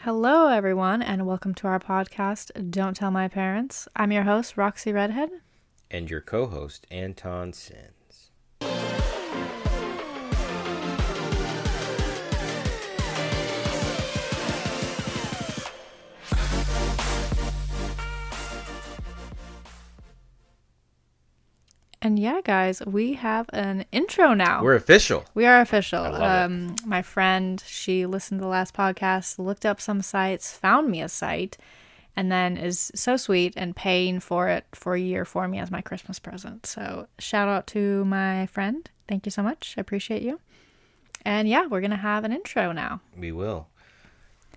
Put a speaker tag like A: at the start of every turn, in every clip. A: Hello, everyone, and welcome to our podcast, Don't Tell My Parents. I'm your host, Roxy Redhead.
B: and your co host, Anton Sins.
A: And yeah, guys, we have an intro now.
B: We're official.
A: We are official.
B: I love it.
A: um, my friend, she listened to the last podcast, looked up some sites, found me a site, and then is so sweet and paying for it for a year for me as my Christmas present. So shout out to my friend. Thank you so much. I appreciate you. And yeah, we're gonna have an intro now.
B: We will.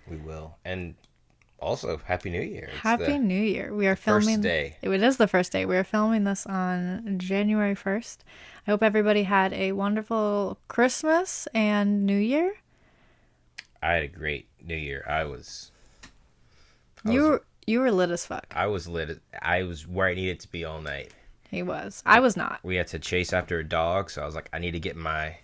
B: We will. And also, Happy New Year. It's
A: Happy
B: the-
A: New Year. We are
B: first
A: filming
B: day.
A: It is the first day. We are filming this on January 1st. I hope everybody had a wonderful Christmas and New Year.
B: I had a great New Year. I was. I
A: you
B: was-
A: were, you were lit as fuck.
B: I was lit. I was where I needed to be all night.
A: He was. I was not.
B: We had to chase after a dog, so I was like, I need to get my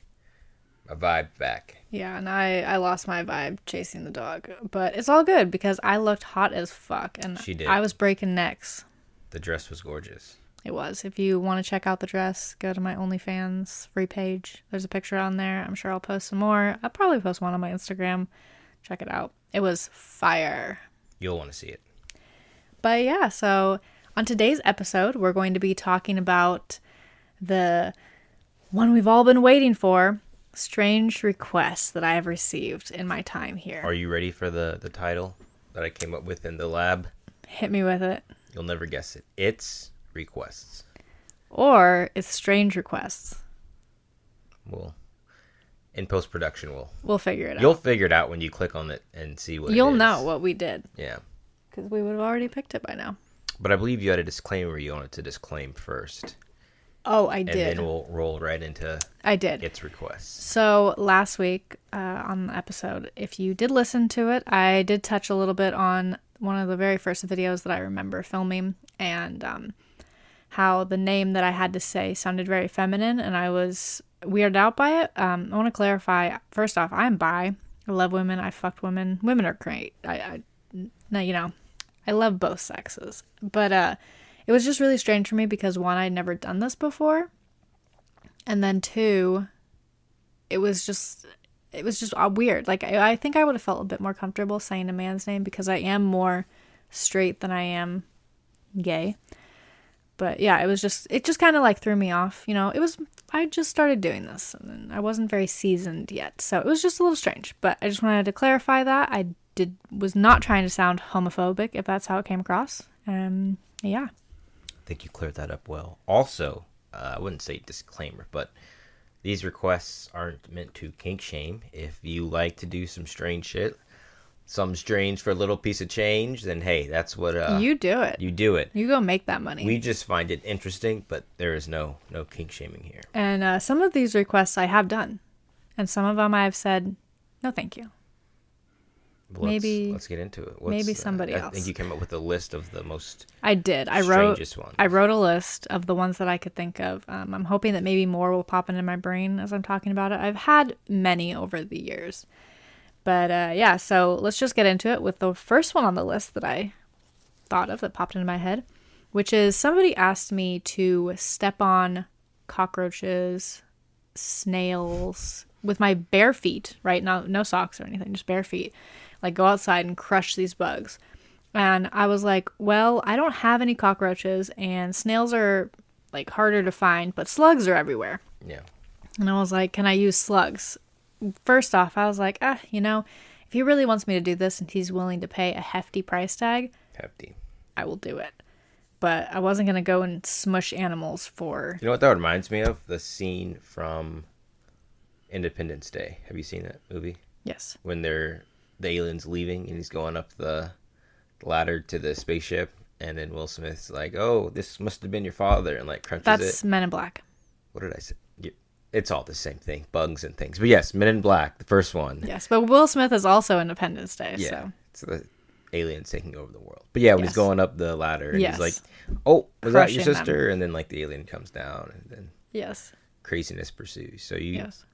B: my vibe back.
A: Yeah, and I I lost my vibe chasing the dog, but it's all good because I looked hot as fuck and
B: She did.
A: I was breaking necks.
B: The dress was gorgeous.
A: It was. If you want to check out the dress, go to my OnlyFans free page. There's a picture on there. I'm sure I'll post some more. I'll probably post one on my Instagram. Check it out. It was fire.
B: You'll want to see it.
A: But yeah, so on today's episode, we're going to be talking about the one we've all been waiting for strange requests that I have received in my time here.
B: Are you ready for the the title that I came up with in the lab?
A: Hit me with it.
B: You'll never guess it. It's requests.
A: Or it's strange requests.
B: We'll in post production we'll
A: We'll figure it
B: You'll figure it out when you click on it and see what
A: out.
B: it
A: You'll
B: is.
A: know what we did
B: Yeah.
A: because we would have already picked it by now.
B: But I believe you had a disclaimer you wanted to disclaim first.
A: Oh, I
B: And
A: did.
B: then we'll roll right into
A: I did.
B: its requests.
A: So last week uh, on the episode, if you did listen to it, I did touch a little bit on one of the very first videos that I remember filming and um, how the name that I had to say sounded very feminine and I was weirded out by it. Um, I want to clarify first off, I'm bi. I love women. I fucked women. Women are great. I, I no, you know, I love both sexes. But uh, it was just really strange for me because one, I'd never done this before. And then two, it was just it was just uh, weird like I, I think i would have felt a bit more comfortable saying a man's name because i am more straight than i am gay but yeah it was just it just kind of like threw me off you know it was i just started doing this and then i wasn't very seasoned yet so it was just a little strange but i just wanted to clarify that i did was not trying to sound homophobic if that's how it came across um yeah
B: I think you cleared that up well. Also, uh, I wouldn't say disclaimer, but these requests aren't meant to kink shame. If you like to do some strange shit, some strange for a little piece of change, then hey, that's what uh,
A: you do it
B: you do it.
A: you go make that money
B: We just find it interesting, but there is no no kink shaming here.
A: And uh, some of these requests I have done, and some of them I have said, no, thank you.
B: But let's-
A: Maybe-
B: let's, get into it.
A: maybe
B: uh,
A: somebody
B: I
A: else.
B: think you came up with a list of the most
A: I did. I wrote.
B: strangest ones.
A: I wrote a list of the ones that I could think of. Um, I'm hoping that maybe more will pop into my brain as I'm talking about it. I've had many over the years, but uh, yeah. So let's just get into it with the first one on the list that I thought of that popped into my head, which is somebody asked me to step on cockroaches, snails with my bare feet, right? No no socks or anything, just bare feet. Like go outside and crush these bugs. And I was like, well, I don't have any cockroaches and snails are like harder to find, but slugs are everywhere.
B: Yeah.
A: And I was like, can I use slugs? First off, I was like, ah, you know, if he really wants me to do this and he's willing to pay a hefty price tag,
B: Hefty.
A: I will do it. But I wasn't gonna go and smush animals for
B: You know what that reminds me of? The scene from Independence Day. Have you seen that movie?
A: yes.
B: When they're the aliens leaving and he's going up the ladder to the spaceship and then Will Smith's like, "Oh, this must have been your father." And like crunches
A: That's
B: it.
A: Men in Black.
B: What did I say? Yeah, It's all the same thing, bugs and things. But yes, Men in Black, the first one.
A: Yes, but Will Smith is also Independence Day.
B: Yeah.
A: So
B: It's the aliens taking over the world. But yeah, when
A: Yes.
B: he's going up the ladder and
A: Yes.
B: he's like, Oh, was that your
A: Crushing them.
B: sister? And then like the alien comes down and then
A: yes,
B: craziness pursues. So you
A: yes,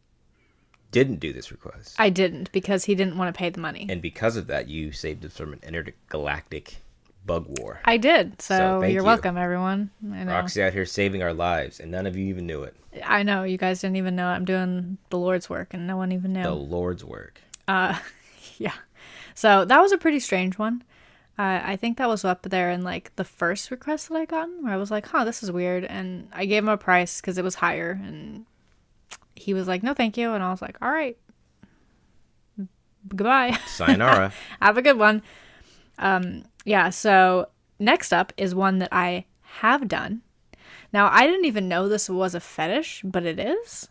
B: didn't do this request.
A: I didn't because he didn't want to pay the money.
B: And because of that, you saved us from an intergalactic bug war.
A: I did. So,
B: So, thank
A: you're
B: you.
A: welcome, everyone. I know.
B: Roxy out here saving our lives, and none of you even knew it.
A: I know you guys didn't even know I'm doing the Lord's work, and no one even knew.
B: The Lord's work.
A: Yeah. So that was a pretty strange one. Uh, I think that was up there in like the first request that I gotten where I was like, huh, this is weird. And I gave him a price because it was higher. And he was like, no, thank you. And I was like, all right. Goodbye.
B: Sayonara.
A: Have a good one. Um, yeah, so next up is one that I have done. Now, I didn't even know this was a fetish, but it is.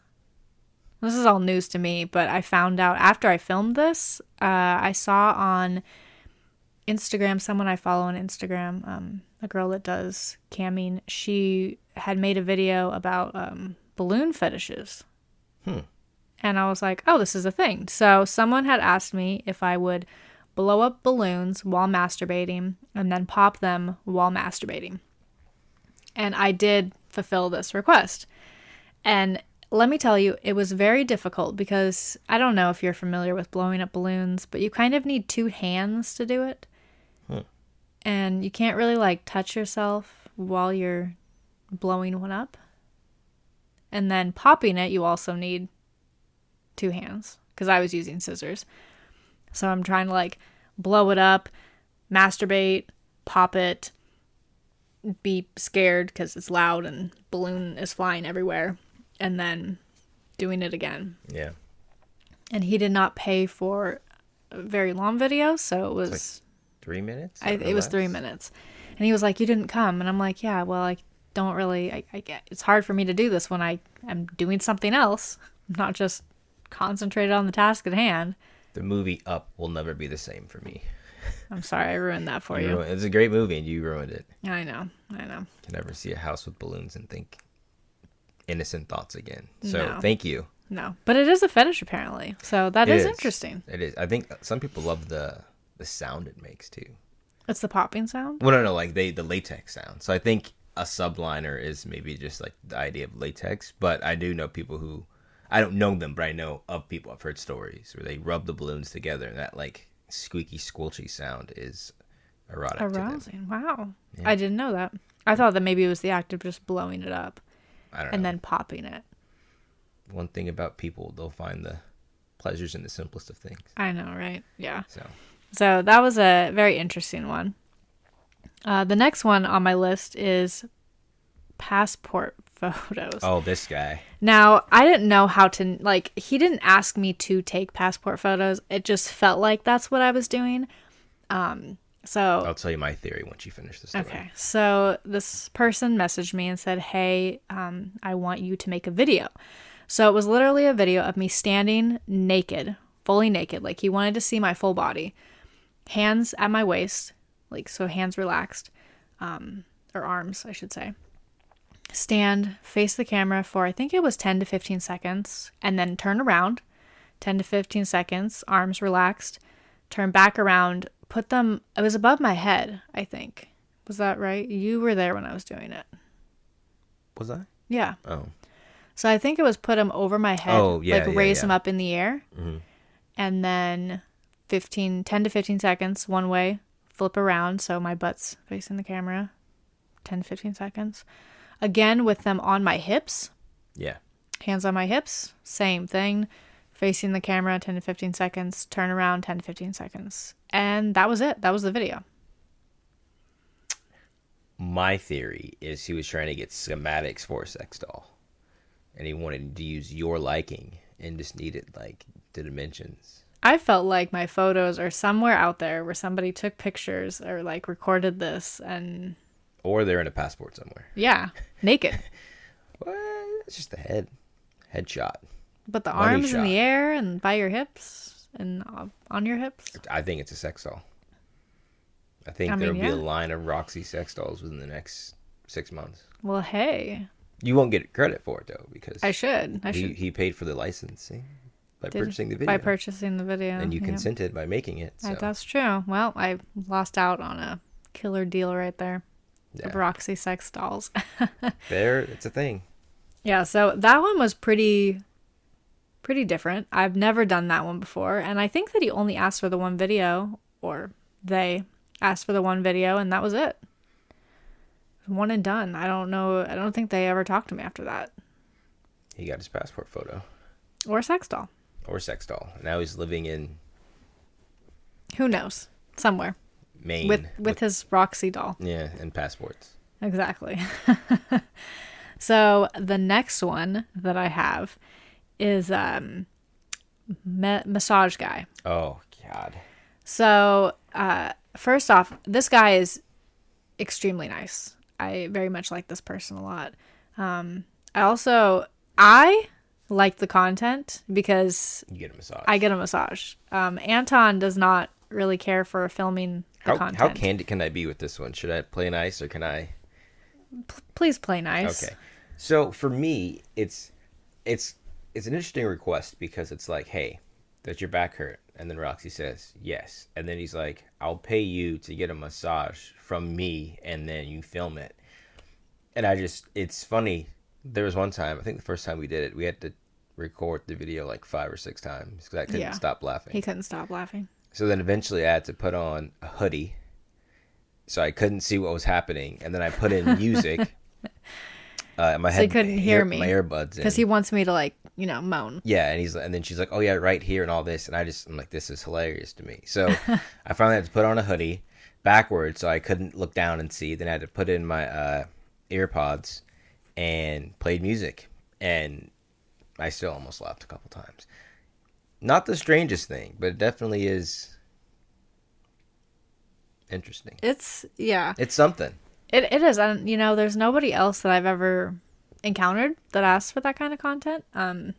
A: This is all news to me, but I found out after I filmed this. Uh, I saw on Instagram someone I follow on Instagram, um, a girl that does camming. She had made a video about um, balloon fetishes. And I was like, oh, this is a thing. So someone had asked me if I would blow up balloons while masturbating and then pop them while masturbating. And I did fulfill this request. And let me tell you, it was very difficult because I don't know if you're familiar with blowing up balloons, but you kind of need two hands to do it. And you can't really like touch yourself while you're blowing one up. And then popping it, you also need two hands because I was using scissors. So I'm trying to like blow it up, masturbate, pop it, be scared because it's loud and balloon is flying everywhere, and then doing it again.
B: yeah.
A: And he did not pay for a very long video, so it was
B: Three minutes?
A: I,
B: or
A: it was
B: less?
A: three minutes and he was like you didn't come and i'm like yeah well i don't really I, I get it's hard for me to do this when i am doing something else I'm not just concentrated on the task at hand
B: The movie Up will never be the same for me.
A: i'm sorry i ruined that for
B: You
A: you
B: ruined- it's a great movie, and you ruined it.
A: i know i know
B: Can never see a house with balloons and think innocent thoughts again. So
A: No.
B: thank you.
A: no but it is a fetish apparently so that
B: It
A: is, interesting
B: It is. I think some people love the the sound it makes too.
A: it's the popping sound
B: Well, no, no, like they the latex sound. So I think a subliner is maybe just like the idea of latex. But I do know people who I don't know them, but I know of people. I've heard stories where they rub the balloons together, and that like squeaky, squelchy sound is erotic. To them.
A: arousing wow i didn't know that i thought that maybe it was the act of just blowing it up
B: I don't know.
A: and then popping it
B: One thing about people, they'll find the pleasures in the simplest of things.
A: i know right yeah
B: So
A: So that was a very interesting one. Uh, the next one on my list is passport photos.
B: oh, this guy.
A: Now, I didn't know how to, like, he didn't ask me to take passport photos. It just felt like that's what I was doing. Um, so
B: I'll tell you my theory once you finish this. story.
A: Okay. So this person messaged me and said, Hey, um, I want you to make a video. So it was literally a video of me standing naked, fully naked. Like he wanted to see my full body, hands at my waist, like so hands relaxed, um, or arms, I should say. Stand, face the camera for I think it was 10 to 15 seconds, and then turn around 10 to 15 seconds, arms relaxed, turn back around, put them, it was above my head, I think. Was that right? You were there when I was doing it.
B: Was I?
A: Yeah.
B: Oh,
A: So I think it was put them over my head,
B: Oh, yeah,
A: like
B: yeah,
A: raise
B: yeah. Mm-hmm.
A: them up in the air, and then 15, 10 to 15 seconds one way, flip around so my butt's facing the camera, 10 to 15 seconds. Again with them on my hips,
B: yeah.
A: hands on my hips, same thing, facing the camera 10 to 15 seconds, turn around 10 to 15 seconds. And that was it. That was the video.
B: My theory is he was trying to get schematics for a sex doll, and he wanted to use your liking and just needed like the dimensions.
A: I felt like my photos are somewhere out there where somebody took pictures or like recorded this and
B: Or they're in a passport somewhere.
A: yeah, naked.
B: Well, it's just the head, headshot.
A: But the
B: Money
A: arms in the
B: shot.
A: air and by your hips and uh, on your hips.
B: I think it's a sex doll. I think
A: I mean,
B: there'll be a
A: yeah.
B: line of Roxy sex dolls within the next six months.
A: Well, hey,
B: You won't get credit for it though because
A: I should. I
B: he,
A: should.
B: he paid for the licensing by
A: did-
B: purchasing the video.
A: By purchasing the video.
B: and you
A: yeah.
B: consented by making it.
A: Mm-hmm. I-
B: So
A: That's true. Well, I lost out on a killer deal right there.
B: Yeah.
A: Of Roxy sex dolls.
B: there, it's a thing.
A: yeah, so that one was pretty pretty different. I've never done that one before, and I think that he only asked for the one video, or they asked for the one video, and that was it. One and done. I don't know. I don't think they ever talked to me after that,
B: He got his passport photo
A: or a sex doll.
B: or sex doll. Now he's living in
A: Who knows? Somewhere
B: Maine
A: with with his Roxy doll.
B: yeah, and passports.
A: Exactly. so the next one that I have is um, ma- massage guy.
B: Oh God.
A: So, uh, first off, this guy is extremely nice. I very much like this person a lot. Um, I also I like the content because
B: You get a massage.
A: I get a massage. Um, Anton does not really care for filming the
B: how,
A: content.
B: how candid can I be with this one? Should I play nice or can I?
A: Please play nice.
B: Okay. So for me, it's it's it's an interesting request because it's like, hey, does your back hurt? And then Roxy says yes, and then he's like, I'll pay you to get a massage from me, and then you film it. And I just, it's funny. There was one time, I think the first time we did it, we had to record the video like five or six times because I couldn't
A: Yeah.
B: stop laughing.
A: He couldn't stop laughing.
B: So then eventually I had to put on a hoodie. So I couldn't see what was happening. And then I put in music. uh, my so
A: he couldn't hear me.
B: My earbuds.
A: because
B: in.
A: he wants me to like you know moan
B: Yeah, and he's and then she's like, "Oh yeah, right here," and all this, and I just I'm like, "This is hilarious to me." So I finally had to put on a hoodie backwards, so I couldn't look down and see. Then I had to put in my uh, ear pods and played music, and I still almost laughed a couple times. Not the strangest thing, but it definitely is interesting.
A: it's yeah
B: It's something.
A: it, it is and you know there's nobody else that i've ever encountered that asks for that kind of content um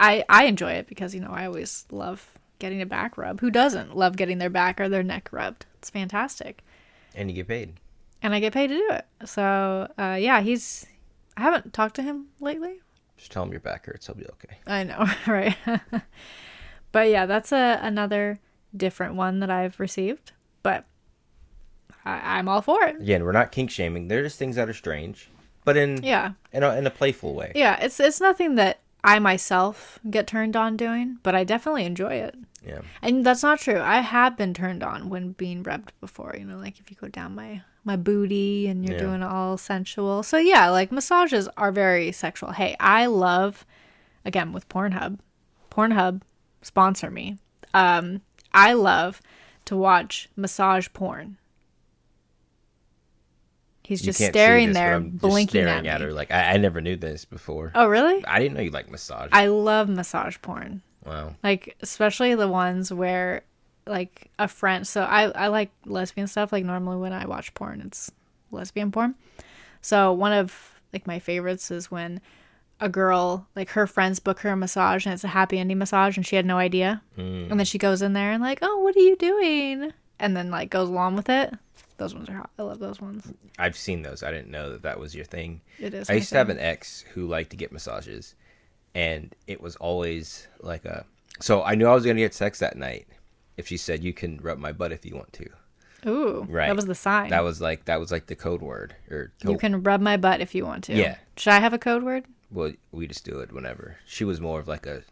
A: i i enjoy it because you know i always love getting a back rub who doesn't love getting their back or their neck rubbed it's fantastic
B: And you get paid.
A: and i get paid to do it so uh yeah he's i haven't talked to him lately
B: Just tell him your back hurts. He'll be okay.
A: I know, right? but yeah, that's a another different one that I've received, but I, I'm all for it.
B: Again, we're not kink shaming. They're just things that are strange, but in
A: Yeah,
B: in, a, in a playful way.
A: yeah. It's it's nothing that I myself get turned on doing, but I definitely enjoy it.
B: Yeah.
A: And that's not true. I have been turned on when being rubbed before. You know, like if you go down my my booty and you're
B: Yeah.
A: doing all sensual. So yeah, like massages are very sexual. Hey, I love again with Pornhub. Pornhub sponsor me. Um, I love to watch massage porn. He's just
B: can't see
A: staring
B: this, but
A: there,
B: I'm just
A: blinking
B: staring
A: at me.
B: her. Like I, I never knew this before.
A: Oh, really?
B: I didn't know you like massage.
A: I love massage porn
B: wow.
A: like especially the ones where like a friend so i i like lesbian stuff like normally when i watch porn it's lesbian porn so one of like my favorites is when a girl like her friends book her a massage and it's a happy ending massage and she had no idea and then
B: Mm.
A: she goes in there and like oh what are you doing and then like goes along with it those ones are hot i love those ones
B: I've seen those. I didn't know that that was your thing.
A: it is
B: I
A: my
B: used to have
A: thing.
B: an ex who liked to get massages, and it was always like a. So I knew I was gonna get sex that night if she said you can rub my butt if you want to.
A: ooh
B: Right.
A: that was the sign
B: That was like that was like the code word or
A: you
B: code,
A: can rub my butt if you want to
B: Yeah.
A: should i have a code word
B: well we just do it whenever. She was more of like a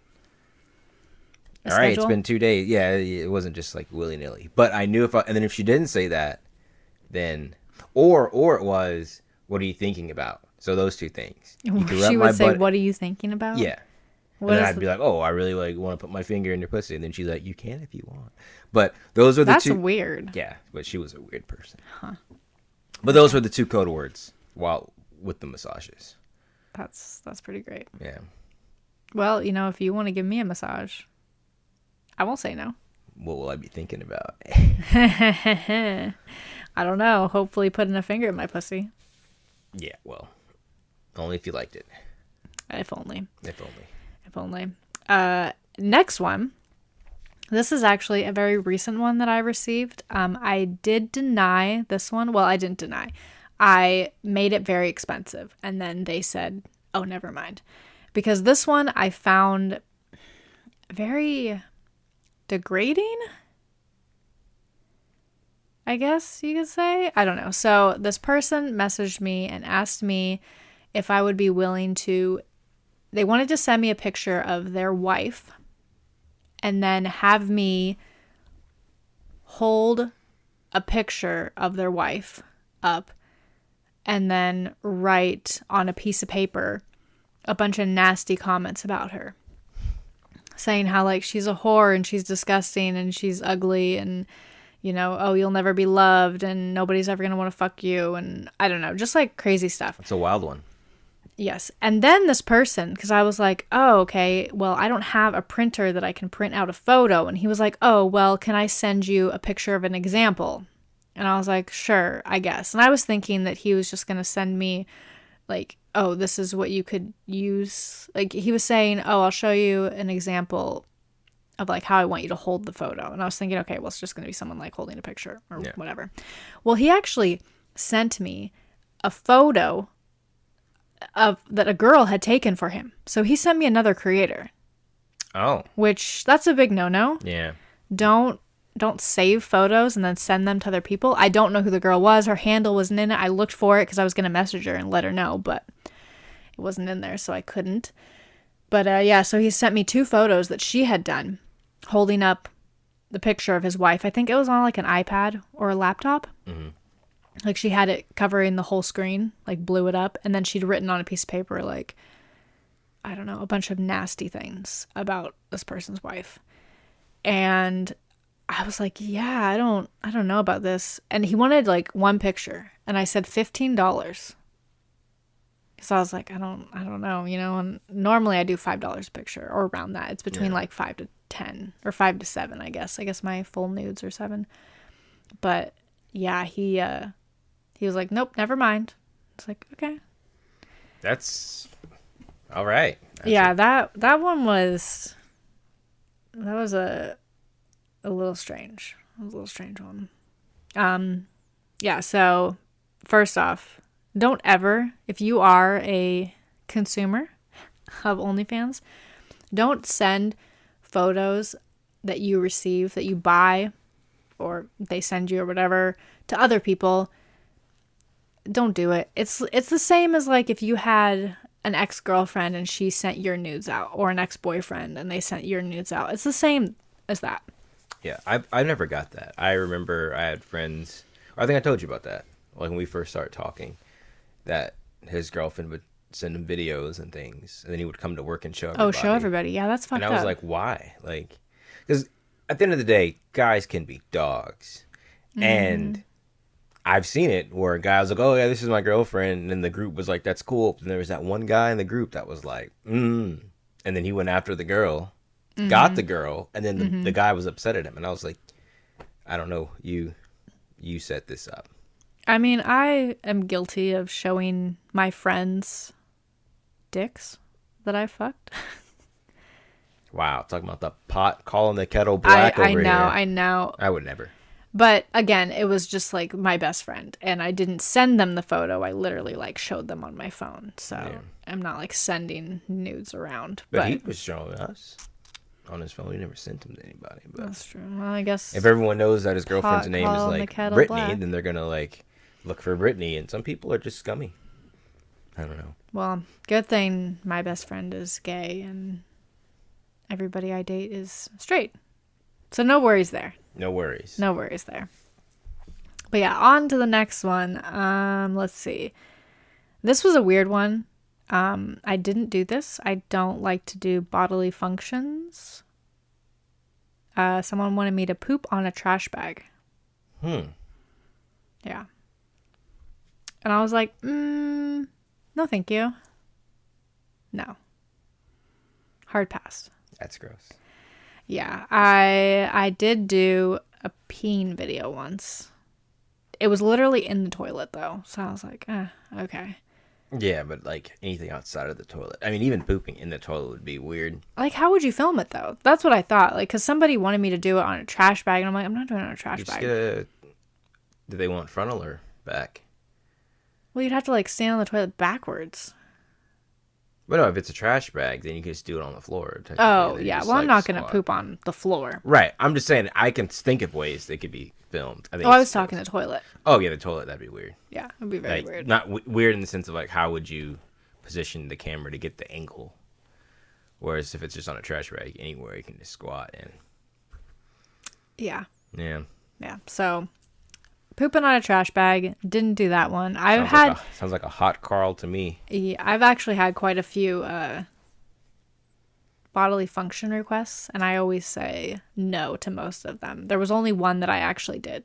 A: A
B: All right,
A: schedule?
B: it's been two days. Yeah, it wasn't just like willy nilly. But I knew if I, and then if she didn't say that, then or or it was, what are you thinking about? So those two things. You can rub
A: she
B: my
A: would say,
B: butt-
A: "What are you thinking about?"
B: Yeah.
A: What
B: and then
A: is
B: I'd
A: the-
B: be like, oh, I really like want to put my finger in your pussy, and then she's like, you can if you want. But those are the
A: that's
B: two.
A: weird.
B: Yeah, but she was a weird person. But those were the two code words while with the massages.
A: That's that's pretty great.
B: Yeah.
A: Well, you know, if you want to give me a massage, I won't say no.
B: What will I be thinking about?
A: I don't know. Hopefully, putting a finger in my pussy,
B: yeah. Well, only if you liked it.
A: if only,
B: If only.
A: if only. Uh, next one. This is actually a very recent one that I received. Um, I did deny this one. Well, I didn't deny. I made it very expensive, and then they said, "Oh, never mind," because this one I found very degrading. I guess you could say. I don't know. So this person messaged me and asked me if I would be willing to they wanted to send me a picture of their wife and then have me hold a picture of their wife up and then write on a piece of paper a bunch of nasty comments about her saying how like she's a whore and she's disgusting and she's ugly and you know oh you'll never be loved and nobody's ever going to want to fuck you and i don't know just like crazy stuff
B: It's a wild one.
A: Yes. And then this person, because I was like, oh, okay, well, I don't have a printer that I can print out a photo. And he was like, oh, well, can I send you a picture of an example? And I was like, sure, I guess. And I was thinking that he was just going to send me, like, oh, this is what you could use. Like, he was saying, oh, I'll show you an example of like how I want you to hold the photo. And I was thinking, okay, well, it's just going to be someone like holding a picture or
B: Yeah.
A: whatever. Well, he actually sent me a photo of that a girl had taken for him. So he sent me another creator,
B: Oh,
A: which that's a big no-no.
B: yeah.
A: Don't don't save photos and then send them to other people. I don't know who the girl was. Her handle wasn't in it. I looked for it cuz I was going to message her and let her know, but it wasn't in there, so I couldn't. But uh yeah, so he sent me two photos that she had done holding up the picture of his wife. I think it was on like an iPad or a laptop. Like she had it covering the whole screen, like blew it up, and then she'd written on a piece of paper like I don't know, a bunch of nasty things about this person's wife. And I was like, "Yeah, I don't I don't know about this." And he wanted like one picture, and I said $15. Cuz I was like, "I don't I don't know, you know, and normally I do $5 a picture or around that. It's between like 5 to 10 or 5 to 7, I guess. I guess my full nudes are 7. But yeah, he uh he was like, "Nope, never mind." It's like, "Okay."
B: That's all right. That's
A: yeah that that one was that was a a little strange a little strange one um yeah so first off don't ever if you are a consumer of onlyfans don't send photos that you receive that you buy or they send you or whatever to other people don't do it. It's it's the same as like if you had an ex girlfriend and she sent your nudes out, or an ex boyfriend and they sent your nudes out. It's the same as that.
B: Yeah, I I never got that. I remember I had friends. I think I told you about that. Like when we first started talking, that his girlfriend would send him videos and things, and then he would come to work and show. Everybody.
A: Oh, show everybody. Yeah, that's fucked
B: And I was
A: up.
B: like, why? Like, because at the end of the day, guys can be dogs,
A: Mm-hmm.
B: and I've seen it where a guy was like, oh yeah, this is my girlfriend, and then the group was like, that's cool. And there was that one guy in the group that was like, mm. and then he went after the girl, got the
A: Mm-hmm.
B: girl, and then the, the guy was upset at him, and I was like, I don't know, you, you set this up.
A: I mean, I am guilty of showing my friends dicks that I fucked.
B: Wow, talking about the pot calling the kettle
A: I,
B: black
A: I
B: over
A: know,
B: here. I...
A: I know.
B: would never.
A: But again, it was just like my best friend, and I didn't send them the photo. I literally like showed them on my phone, so I'm not like sending nudes around.
B: But,
A: But,
B: he was showing us on his phone. We never sent him to anybody. But
A: that's true. Well, I guess
B: if everyone knows that his girlfriend's
A: Pot
B: name is
A: calling the
B: like
A: kettle
B: Brittany,
A: black.
B: then they're gonna like look for Brittany. And some people are just scummy. I don't know.
A: Well, good thing my best friend is gay and everybody I date is straight. So no worries there.
B: No worries.
A: No worries there. But yeah, on to the next one. Um, let's see. This was a weird one. Um, I didn't do this. I don't like to do bodily functions. Uh, someone wanted me to poop on a trash bag.
B: Hmm.
A: Yeah. And I was like, mm, no, thank you. No. Hard pass.
B: That's gross.
A: Yeah, I I did do a peen video once. It was literally in the toilet though, so I was like, eh, okay.
B: Yeah, but like anything outside of the toilet. I mean, even pooping in the toilet would be weird.
A: Like, how would you film it though? That's what I thought. Like, cause somebody wanted me to do it on a trash bag, and I'm like, I'm not doing it on a trash
B: You just
A: bag.
B: get a. Do they want frontal or back?
A: Well, you'd have to like stand on the toilet backwards.
B: But no, if it's a trash bag, then you can just do it on the floor. technically,
A: Oh
B: then you
A: yeah.
B: just,
A: Well, I'm
B: like,
A: not gonna
B: squat.
A: poop on the floor.
B: Right. I'm just saying I can think of ways they could be filmed. I think
A: Oh, I
B: it's-
A: was talking the toilet.
B: Oh yeah, the toilet. That'd be weird.
A: Yeah, it'd be very
B: like
A: weird.
B: not w- weird in the sense of like how would you position the camera to get the angle Whereas if it's just on a trash bag, anywhere you can just squat and
A: Yeah.
B: yeah.
A: Yeah. So pooping on a trash bag, didn't do that one. I've
B: Sounds
A: had
B: like a, sounds like a hot Carl to me.
A: Yeah, I've actually had quite a few uh, bodily function requests, and I always say no to most of them. There was only one that I actually did,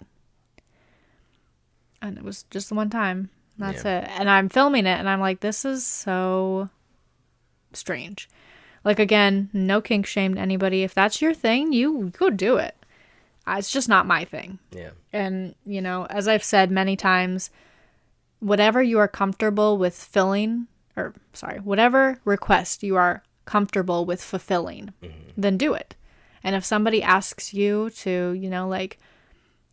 A: and it was just the one time. and That's
B: Yeah.
A: it. And I'm filming it, and I'm like, this is so strange. Like again, no kink shame to anybody. If that's your thing, you go do it. Uh, It's just not my thing.
B: Yeah.
A: And, you know, as I've said many times, whatever you are comfortable with filling, or sorry, whatever request you are comfortable with fulfilling, then do it. And if somebody asks you to, you know, like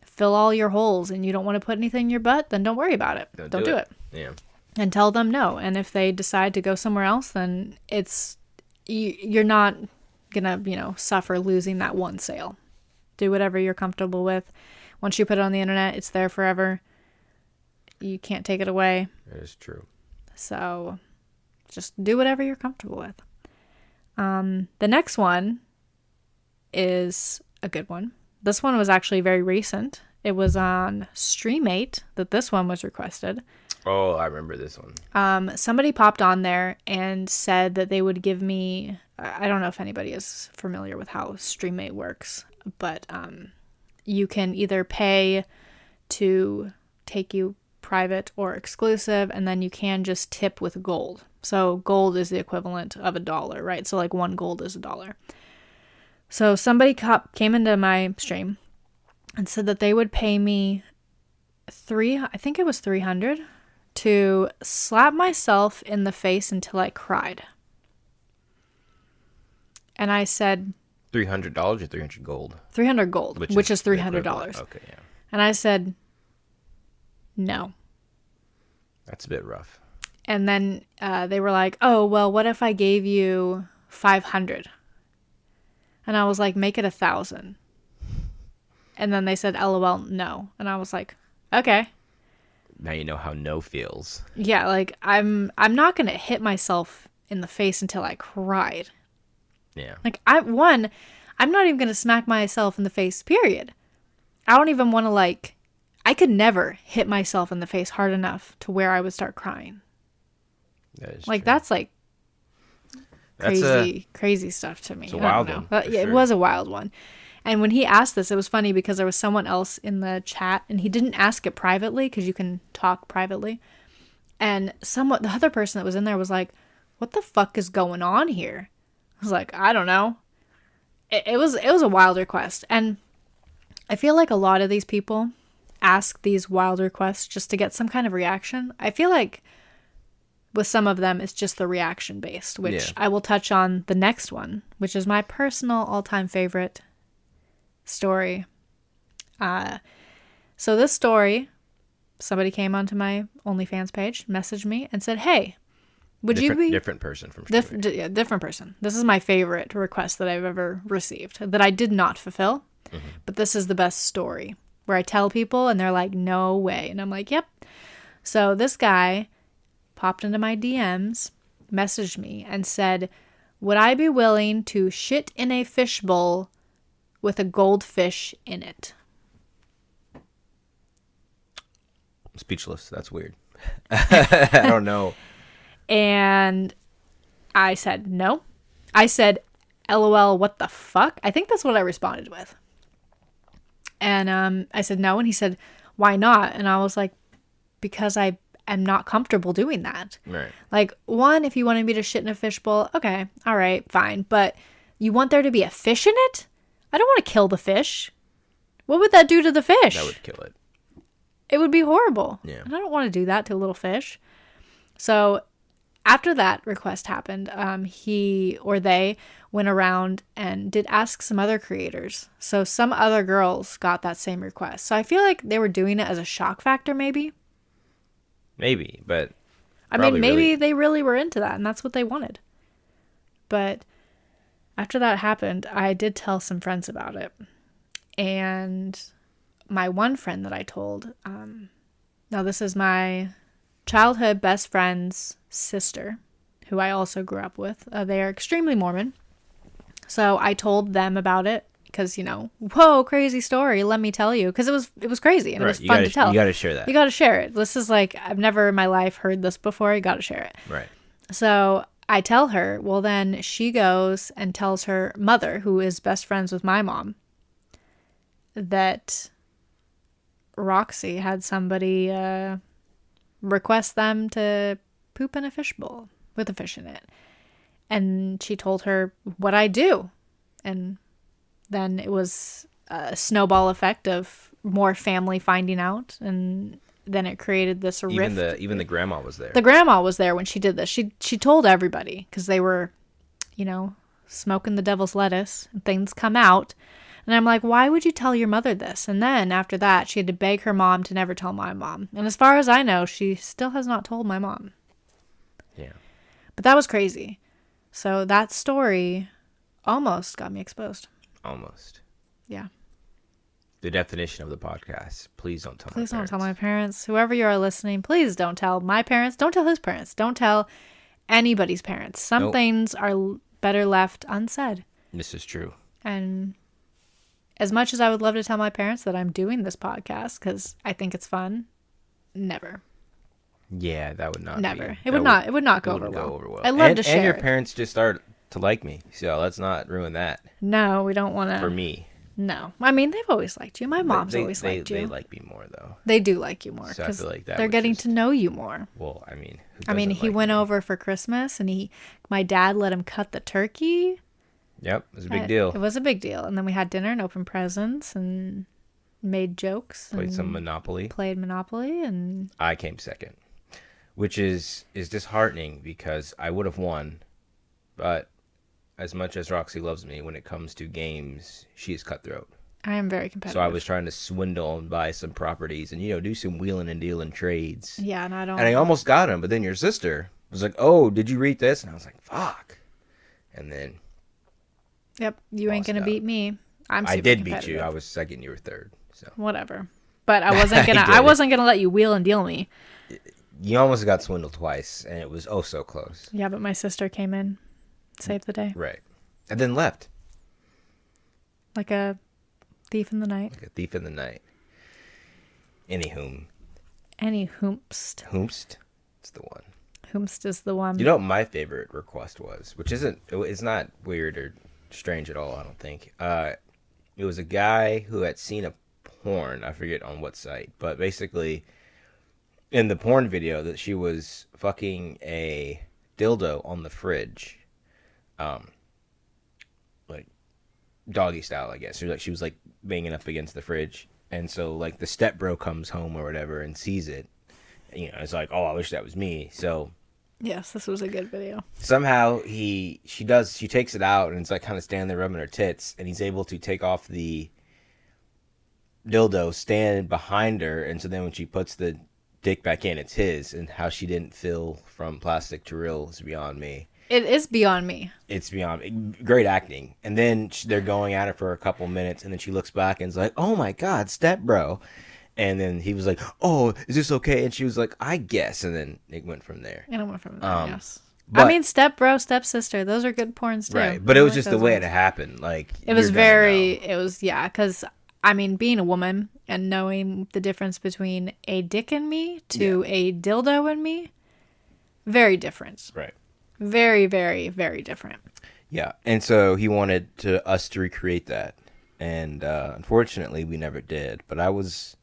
A: fill all your holes and you don't want to put anything in your butt, then don't worry about it. Don't, do it.
B: Yeah.
A: And tell them no. And if they decide to go somewhere else, then it's, you, you're not going to, you know, suffer losing that one sale do whatever you're comfortable with. Once you put it on the internet, it's there forever. You can't take it away.
B: That is true.
A: So just do whatever you're comfortable with. Um, the next one is a good one. This one was actually very recent. It was on Streamate that this one was requested.
B: Oh, I remember this one.
A: Um, somebody popped on there and said that they would give me. I I don't know if anybody is familiar with how Streammate works, but um, you can either pay to take you private or exclusive, and then you can just tip with gold. So gold is the equivalent of a dollar, right? So like one gold is a dollar. So somebody cop- came into my stream and said that they would pay me three. I think it was three hundred to slap myself in the face until I cried. And I said
B: Three hundred dollars or three hundred gold,
A: 300 gold, which, is Oh.
B: the
A: $300.
B: equivalent. Okay, yeah,
A: And I said no.
B: that's a bit rough.
A: And then uh, they were like, "Oh, well, what if I gave you 500?" And I was like, "Make it a thousand. And then they said, "LOL, no." And I was like, "Okay."
B: Now you know how no feels.
A: Yeah, like I'm I'm not going to hit myself in the face until I cried.
B: Yeah,
A: Like I one, I'm not even gonna smack myself in the face, period. I don't even wanna like I could never hit myself in the face hard enough to where I would start crying.
B: that is
A: Like
B: true.
A: that's like
B: That's a-
A: crazy, crazy stuff to me.
B: a
A: I don't
B: wild
A: know.
B: one,
A: But
B: for
A: yeah,
B: sure.
A: it was a wild one. And when he asked this, it was funny because there was someone else in the chat, and he didn't ask it privately because you can talk privately. And someone, the other person that was in there, was like, "What the fuck is going on here?" I was like, "I don't know." It, it was it was a wild request, and I feel like a lot of these people ask these wild requests just to get some kind of reaction. I feel like with some of them, it's just the reaction based, which
B: Yeah.
A: I will touch on the next one, which is my personal all time favorite story. Uh, so, this story somebody came onto my OnlyFans page, messaged me, and said, Hey, would
B: different,
A: you be
B: different person from
A: Dif-
B: Streamit.
A: d- yeah, different person. This is my favorite request that I've ever received that I did not fulfill, but this is the best story where I tell people and they're like, no way. And I'm like, yep. So this guy popped into my DMs, messaged me, and said, would I be willing to shit in a fishbowl with a goldfish in it?
B: I'm speechless. That's weird. I don't know.
A: And I said, no. I said, lol, what the fuck? I think that's what I responded with. And um, I said, no. And he said, why not? And I was like, because I am not comfortable doing that.
B: Right.
A: Like, one, if you wanted me to shit in a fishbowl, okay, all right, fine. But you want there to be a fish in it? I don't want to kill the fish. What would that do to the fish?
B: That would kill it.
A: It would be horrible.
B: Yeah.
A: And I don't want to do that to a little fish. So after that request happened, um, he or they went around and did ask some other creators. So some other girls got that same request. So I feel like they were doing it as a shock factor, maybe.
B: Maybe, but
A: I mean,
B: Probably
A: maybe
B: really-
A: they really were into that and that's what they wanted. But after that happened, I did tell some friends about it. And my one friend that I told, um, now this is my childhood best friend's sister, who I also grew up with. Uh, they are extremely Mormon. So I told them about it because you know, whoa, crazy story. Let me tell you, because it was it was crazy and it was
B: you
A: fun
B: gotta,
A: to tell.
B: you gotta share that.
A: You gotta share it. This is like I've never in my life heard this before. You gotta share it.
B: right.
A: So I tell her, well, then she goes and tells her mother, who is best friends with my mom, that Roxy had somebody uh, request them to poop in a fishbowl with a fish in it. And she told her what I do. And then it was a snowball effect of more family finding out. And then it created this rift.
B: Even the even the grandma was there.
A: The grandma was there when she did this. She she told everybody because they were, you know, smoking the devil's lettuce and things come out. And I'm like, why would you tell your mother this? And then after that, she had to beg her mom to never tell my mom. And as far as I know, she still has not told my mom.
B: yeah.
A: But that was crazy. So that story almost got me exposed.
B: Almost.
A: Yeah.
B: The definition of the podcast. Please don't tell
A: Please
B: my
A: don't tell my
B: parents.
A: parents. Whoever you are listening, please don't tell my parents. Don't tell his parents. Don't tell anybody's parents. Some
B: Nope.
A: things are l- better left unsaid.
B: This is true.
A: And as much as I would love to tell my parents that I'm doing this podcast because I think it's fun, never,
B: Yeah, that would not
A: never.
B: be-
A: It
B: that
A: would not. It would not
B: that
A: go, over,
B: wouldn't
A: well.
B: go over well.
A: I love
B: and,
A: to share.
B: And your
A: it.
B: parents just start to like me, so let's not ruin that
A: no, we don't want
B: for
A: to.
B: me.
A: No, I mean they've always liked you. My
B: But
A: mom's
B: they,
A: always
B: they,
A: liked
B: They
A: you. They,
B: like me more though.
A: do like you more
B: So I
A: because
B: feel like that
A: they're
B: would
A: getting
B: just-
A: to know you more.
B: Well, I mean, who
A: I mean,
B: doesn't
A: he
B: like
A: went
B: me?
A: over for Christmas, and he, my dad, let him cut the turkey.
B: Yep, it was a big
A: Uh,
B: deal.
A: It was a big deal, and then we had dinner and opened presents and made jokes.
B: Played
A: and
B: some Monopoly.
A: played Monopoly and
B: I came second, which is is disheartening because I would have won, but as much as Roxy loves me, when it comes to games, she is cutthroat.
A: I am very competitive.
B: So I was trying to swindle and buy some properties and you know do some wheeling and dealing trades,
A: Yeah, and I don't.
B: and I almost got him. But then your sister was like, "Oh, did you read this?" And I was like, "Fuck," and then
A: yep, you ain't
B: lost
A: gonna
B: out.
A: beat me. I'm.
B: I
A: super
B: did beat you.
A: competitive.
B: I was second. You were third. So
A: Whatever. But I wasn't
B: I
A: gonna.
B: did
A: I,
B: it.
A: wasn't gonna let you wheel and deal me.
B: you almost got swindled twice, and it was oh so close.
A: Yeah, but my sister came in, saved the day,
B: Right, and then left.
A: like a thief in the night.
B: like a thief in the night. Anywhom,
A: Any hoomst.
B: Hoomst, it's the one.
A: Hoomst is the one.
B: You know what my favorite request was, which isn't it's not weird or strange at all. I don't think. Uh, it was a guy who had seen a porn. I forget on what site, but basically, in the porn video, that she was fucking a dildo on the fridge, um, like doggy style, I guess. She was like she was like banging up against the fridge, and so like the step bro comes home or whatever and sees it. You know, it's like, oh, I wish that was me. So
A: yes, this was a good video.
B: somehow he she does she takes it out and it's like kind of standing there rubbing her tits and he's able to take off the dildo stand behind her and so then when she puts the dick back in it's his and how she didn't feel from plastic to real is beyond me
A: It is beyond me.
B: it's beyond great acting and then sh they're going at it for a couple minutes and then she looks back and is like oh my god step bro and then he was like oh is this okay and she was like i guess and then it went from there
A: And I went from there.
B: Um,
A: yes.
B: but-
A: I mean, step bro, step sister. Those are good porns too.
B: Right, but it
A: I
B: was
A: like
B: just the
A: those
B: way
A: ones.
B: it happened. Like
A: it was
B: you're gonna
A: very
B: know.
A: it was yeah because i mean being a woman and knowing the difference between a dick in me to a dildo in me very different
B: right.
A: very very very different
B: Yeah, and so he wanted to us to recreate that, and uh, unfortunately, we never did. But I was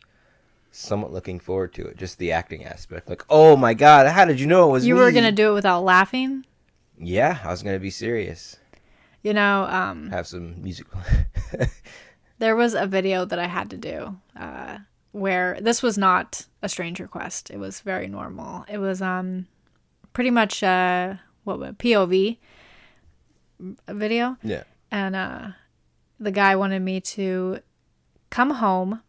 B: somewhat looking forward to it, just the acting aspect. Like, oh my god, how did you know it was
A: you were
B: me?"
A: gonna do it without laughing
B: Yeah, I was gonna be serious.
A: you know um
B: Have some music.
A: there was a video that i had to do uh where this was not a strange request it was very normal it was um pretty much uh what would- pov mm, video
B: yeah.
A: and uh the guy wanted me to come home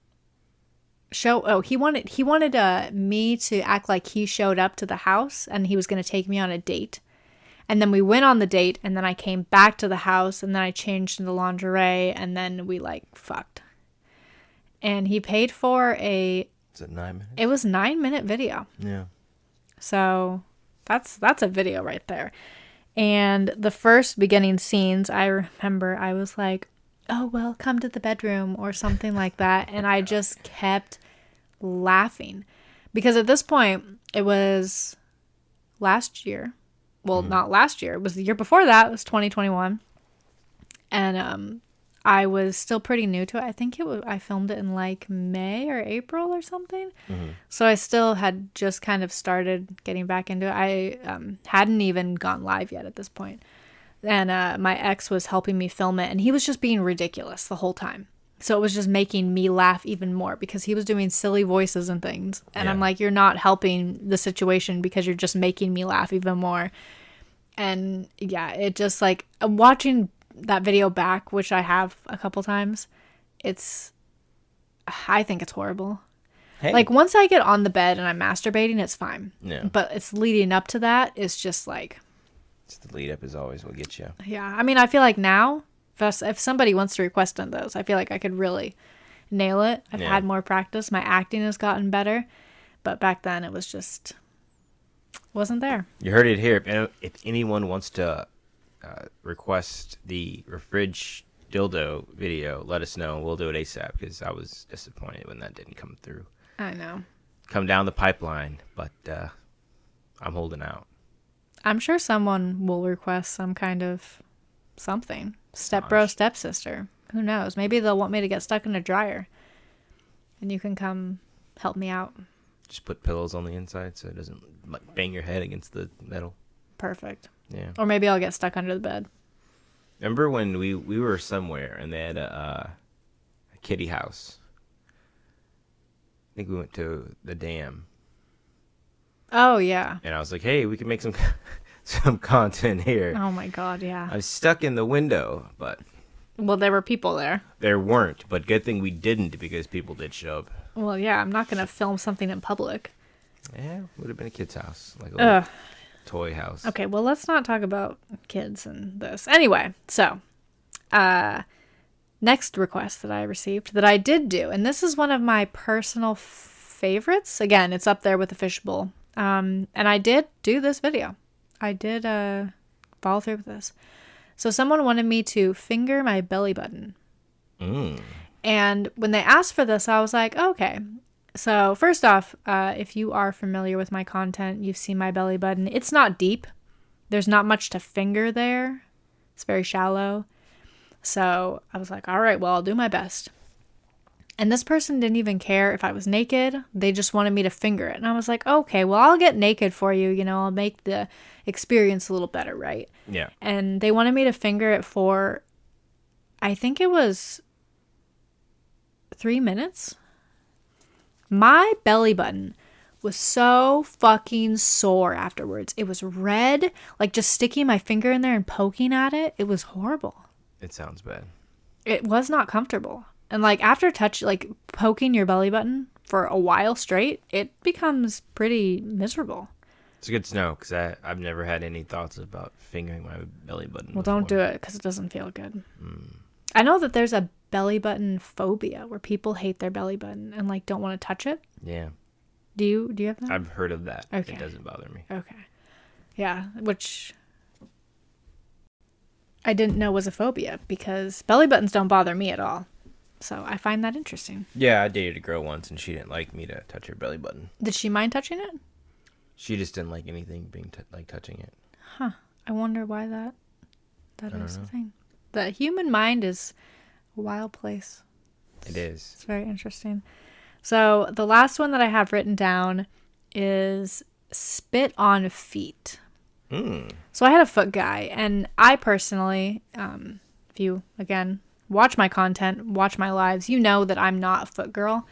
A: show oh he wanted he wanted uh me to act like he showed up to the house and he was going to take me on a date and then we went on the date and then i came back to the house and then i changed into lingerie and then we like fucked and he paid for a
B: Is it nine minutes?
A: it was nine minute video
B: Yeah.
A: so That's that's a video right there. And the first beginning scenes, I remember I was like, "Oh, well, come to the bedroom" or something like that, and I just kept laughing because at this point it was last year. Well, not last year. It was the year before that. It was 2021. And um I was still pretty new to it. I think it was, I filmed it in like May or April or something. So I still had just kind of started getting back into it. I um, hadn't even gone live yet at this point. And uh, my ex was helping me film it, and he was just being ridiculous the whole time. So it was just making me laugh even more because he was doing silly voices and things. And I'm
B: Yeah.
A: like, you're not helping the situation because you're just making me laugh even more and yeah it just like I'm watching that video back which i have a couple times it's i think it's horrible
B: Hey,
A: like once i get on the bed and i'm masturbating it's fine
B: Yeah.
A: but it's leading up to that it's just like
B: it's the lead up is always what gets you.
A: yeah i mean i feel like now if, us- if somebody wants to request on those i feel like i could really nail it i've
B: Yeah.
A: had more practice my acting has gotten better but back then it was just wasn't there
B: You heard it here. If, if anyone wants to uh, request the fridge dildo video, let us know. We'll do it ASAP because I was disappointed when that didn't come through.
A: i know
B: Come down the pipeline, but uh, I'm holding out.
A: I'm sure someone will request some kind of something. Step bro, step sister. Who knows? Maybe they'll want me to get stuck in a dryer. And you can come help me out.
B: Just put pillows on the inside so it doesn't like bang your head against the metal.
A: Perfect.
B: Yeah.
A: Or maybe I'll get stuck under the bed.
B: Remember when we we were somewhere and they had a, uh, a kitty house? I think we went to the dam.
A: Oh, yeah.
B: and I was like, "Hey, we can make some some content here."
A: Oh, my God. Yeah.
B: I was stuck in the window, but
A: Well, there were people there.
B: there weren't. But good thing we didn't because people did show up.
A: Well, yeah, I'm not going to film something in public.
B: Yeah, would have been a kid's house, like a little
A: Ugh.
B: toy house.
A: Uh, Okay, well, let's not talk about kids and this. Anyway, so uh next request that I received that I did do, and this is one of my personal f- favorites. Again, it's up there with the fishbowl. Um and I did do this video. I did uh follow through with this. So someone wanted me to finger my belly button.
B: Mm.
A: And when they asked for this, I was like, okay. So, first off, uh, if you are familiar with my content, you've seen my belly button. It's not deep, there's not much to finger there, it's very shallow. So, I was like, all right, well, I'll do my best. And this person didn't even care if I was naked. They just wanted me to finger it. And I was like, okay, well, I'll get naked for you. You know, I'll make the experience a little better, right?
B: Yeah,
A: and they wanted me to finger it for I think it was 3 minutes. My belly button was so fucking sore afterwards. It was red, like just sticking my finger in there and poking at it. It was horrible.
B: it sounds bad.
A: It was not comfortable. And like after touch like poking your belly button for a while straight, it becomes pretty miserable.
B: It's good to know because I I've never had any thoughts about fingering my belly button.
A: Well, don't do it because it doesn't feel good. I know that there's a belly button phobia where people hate their belly button and like don't want to touch it.
B: Yeah,
A: Do you do you have that?
B: I've heard of that.
A: Okay.
B: It doesn't bother me.
A: okay. Yeah, which I didn't know was a phobia because belly buttons don't bother me at all. So I find that interesting.
B: Yeah, I dated a girl once and she didn't like me to touch her belly button.
A: Did she mind touching it?
B: She just didn't like anything being t- like touching it.
A: I wonder why that that is a thing. The human mind is a wild place.
B: It is.
A: It's very interesting. So the last one that I have written down is spit on feet.
B: Mm.
A: So I had a foot guy, and I personally, um, if you again watch my content, watch my lives, you know that I'm not a foot girl.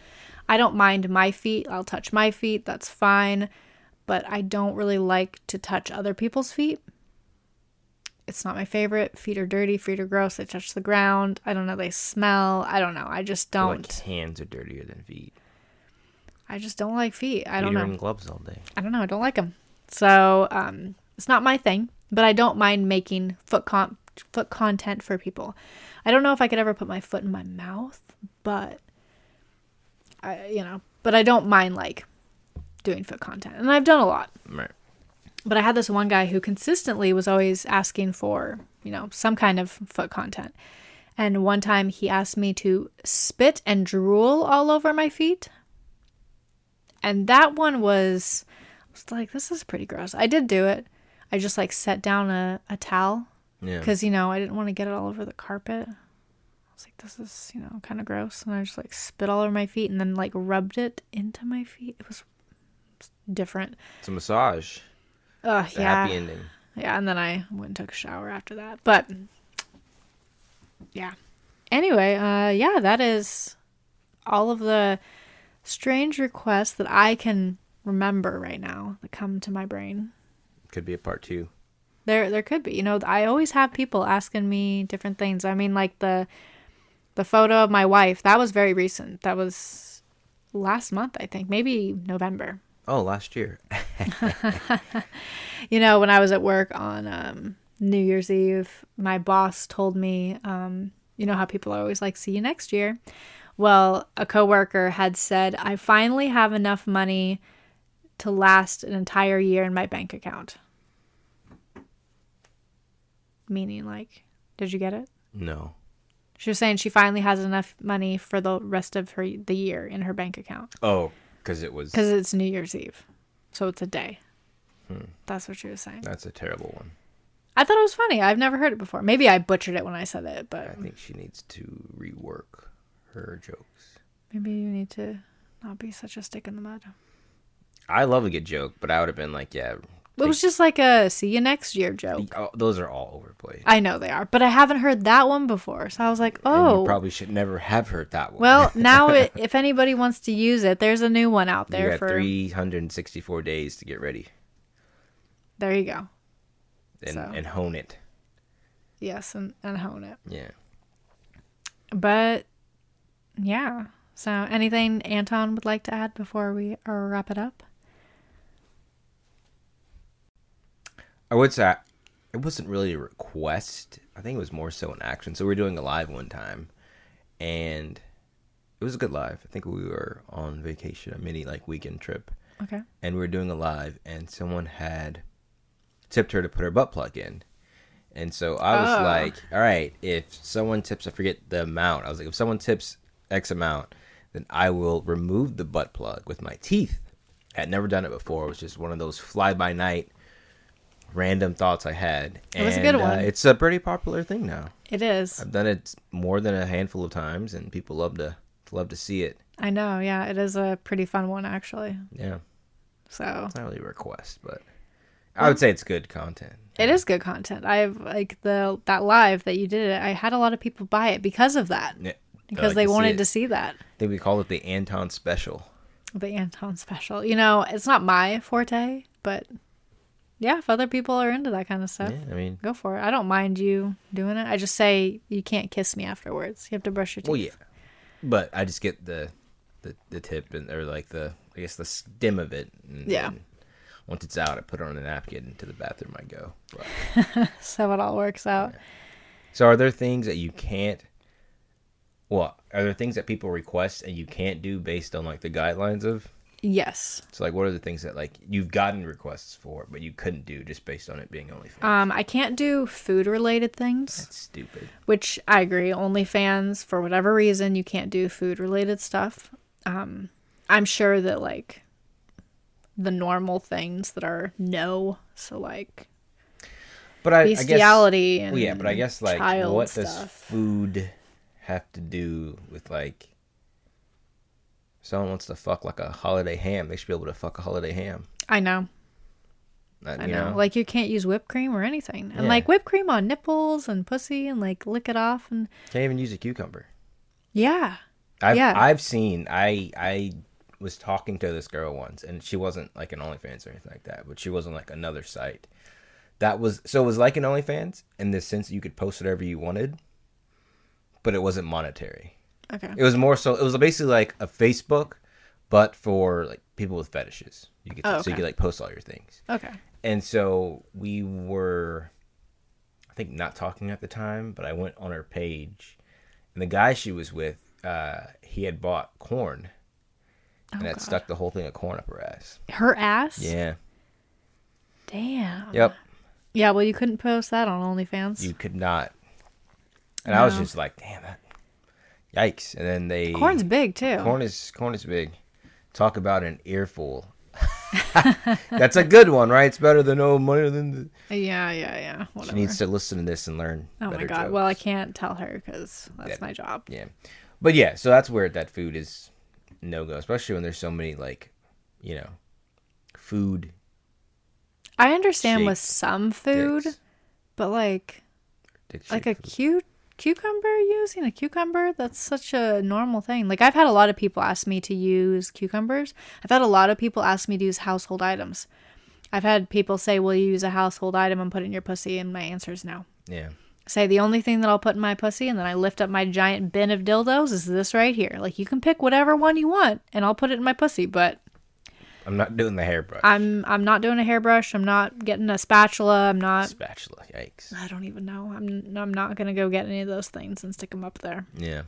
A: I don't mind my feet. I'll touch my feet. That's fine. But I don't really like to touch other people's feet. It's not my favorite. Feet are dirty. Feet are gross. They touch the ground. I don't know. They smell. I don't know. I just
B: I feel
A: don't.
B: Like hands are dirtier than feet.
A: I just don't like feet. I don't
B: You're
A: know.
B: in gloves all day.
A: I don't know. I don't like them. So um, it's not my thing, but I don't mind making foot con- foot content for people. I don't know if I could ever put my foot in my mouth, but I, you know, but I don't mind like doing foot content, and I've done a lot.
B: Right.
A: But I had this one guy who consistently was always asking for, you know, some kind of foot content. And one time he asked me to spit and drool all over my feet. And that one was, I was like, this is pretty gross. I did do it. I just like set down a, a towel
B: Yeah.
A: because, you know, I didn't want to get it all over the carpet. I was like, this is, you know, kind of gross. And I just like spit all over my feet and then like rubbed it into my feet. It was different.
B: It's a massage.
A: Ugh,
B: It's a
A: yeah.
B: happy ending.
A: Yeah, and then I went and took a shower after that. But yeah. Anyway, uh yeah, that is all of the strange requests that I can remember right now that come to my brain.
B: Could be a part two.
A: There there could be. You know, I always have people asking me different things. I mean like the the photo of my wife, that was very recent. That was last month, I think. Maybe November.
B: Oh, last year.
A: you know when i was at work on um, new year's eve my boss told me um, you know how people are always like see you next year well a coworker had said i finally have enough money to last an entire year in my bank account meaning like did you get it
B: No.
A: she was saying she finally has enough money for the rest of her the year in her bank account
B: Oh, because it was.
A: because it's new year's eve so it's a day that's what she was saying
B: That's a terrible one.
A: I thought it was funny. I've never heard it before. Maybe I butchered it when I said it,
B: I
A: but
B: think she needs to rework her jokes.
A: maybe you need to not be such a stick in the mud.
B: I love a good joke, but I would have been like, yeah,
A: It was just like a see you next year joke.
B: oh, those are all overplayed.
A: I know they are, but I haven't heard that one before. So I was like,
B: And
A: oh.
B: you probably should never have heard that one.
A: well, now it, if anybody wants to use it, there's a new one out
B: you
A: there
B: had
A: for.
B: 364 days to get ready
A: There you go.
B: and,
A: So.
B: and hone it.
A: Yes, and, and hone it.
B: Yeah.
A: But yeah. So anything Anton would like to add before we uh, wrap it up?
B: I would say it wasn't really a request. I think it was more so an action. So we were doing a live one time, and it was a good live. I think we were on vacation, a mini like weekend trip,
A: Okay.
B: and we were doing a live, and someone had tipped her to put her butt plug in. And so I was
A: Oh.
B: like, all right, if someone tips, I forget the amount. I was like, if someone tips X amount, then I will remove the butt plug with my teeth. I had never done it before. It was just one of those fly by night random thoughts I had.
A: It was a good one.
B: Uh, it's a pretty popular thing now.
A: It is.
B: I've done it more than a handful of times, and people love to love to see it.
A: I know. Yeah, it is a pretty fun one actually.
B: Yeah,
A: So
B: it's not really a request, but I would say it's good content.
A: It is good content. I've like the that live that you did it. I had a lot of people buy it because of that,
B: Yeah.
A: because
B: I
A: they
B: can see
A: wanted
B: it.
A: to see that
B: I think we call it the Anton Special.
A: the Anton special. You know, it's not my forte, but yeah, if other people are into that kind of stuff,
B: Yeah, I mean,
A: go for it. I don't mind you doing it. I just say you can't kiss me afterwards. You have to brush your teeth.
B: well, yeah, but I just get the the, the tip and or like the I guess the stem of it. And,
A: Yeah.
B: and once it's out, I put it on a napkin and to the bathroom I go. But-
A: So it all works out.
B: so, are there things that you can't? Well, are there things that people request and you can't do based on like the guidelines of?
A: Yes.
B: So, like, what are the things that like you've gotten requests for but you couldn't do just based on it being only?
A: Um, I can't do food related things.
B: That's stupid.
A: which I agree. OnlyFans, for whatever reason, you can't do food related stuff. Um, I'm sure that like the normal things that are no, so like
B: But I, I guess
A: bestiality and
B: Well, yeah, but I guess like
A: child
B: what does
A: stuff.
B: food have to do with like if someone wants to fuck like a holiday ham, they should be able to fuck a holiday ham.
A: I know,
B: Not,
A: I
B: you
A: know.
B: know,
A: Like you can't use whipped cream or anything, and
B: Yeah.
A: like whipped cream on nipples and pussy and like lick it off and
B: can't even use a cucumber.
A: yeah,
B: I've
A: Yeah.
B: I've seen I I was talking to this girl once and she wasn't like an OnlyFans or anything like that, but she was on like another site. That was so it was like an OnlyFans in the sense that you could post whatever you wanted, but it wasn't monetary.
A: okay,
B: It was more so. It was basically like a Facebook, but for like people with fetishes. You could
A: Oh,
B: so you
A: okay.
B: could like post all your things.
A: okay,
B: And so we were, I think, not talking at the time, but I went on her page, and the guy she was with, uh, he had bought corn,
A: Oh,
B: and had stuck the whole thing of corn up her ass.
A: her ass,
B: Yeah,
A: Damn.
B: Yep.
A: Yeah, well, you couldn't post that on OnlyFans.
B: You could not. And I was
A: No.
B: just like, damn that. Yikes. And then they
A: Corn's big, too.
B: corn is corn is big. Talk about an earful. That's a good one, right? It's better than no money than the...
A: Yeah, yeah, yeah.
B: She
A: Whatever.
B: needs to listen to this and learn.
A: oh, my
B: better
A: God.
B: jokes.
A: Well, I can't tell her because that's
B: That-
A: my job.
B: Yeah. But yeah, so that's where that food is no go, especially when there's so many like, you know, food
A: I understand with
B: Shakes.
A: some food,
B: dicks.
A: but like
B: Dick
A: like a
B: shaped food.
A: cu- cucumber using a cucumber that's such a normal thing like i've had a lot of people ask me to use cucumbers i've had a lot of people ask me to use household items i've had people say will you use a household item and put it in your pussy and my answer is no
B: Yeah.
A: say the only thing that i'll put in my pussy and then i lift up my giant bin of dildos is this right here like you can pick whatever one you want and i'll put it in my pussy but
B: I'm not doing the hairbrush.
A: i'm i'm not doing a hairbrush i'm not getting a spatula i'm not
B: Spatula. Yikes.
A: i don't even know i'm i'm not gonna go get any of those things and stick them up there
B: Yeah.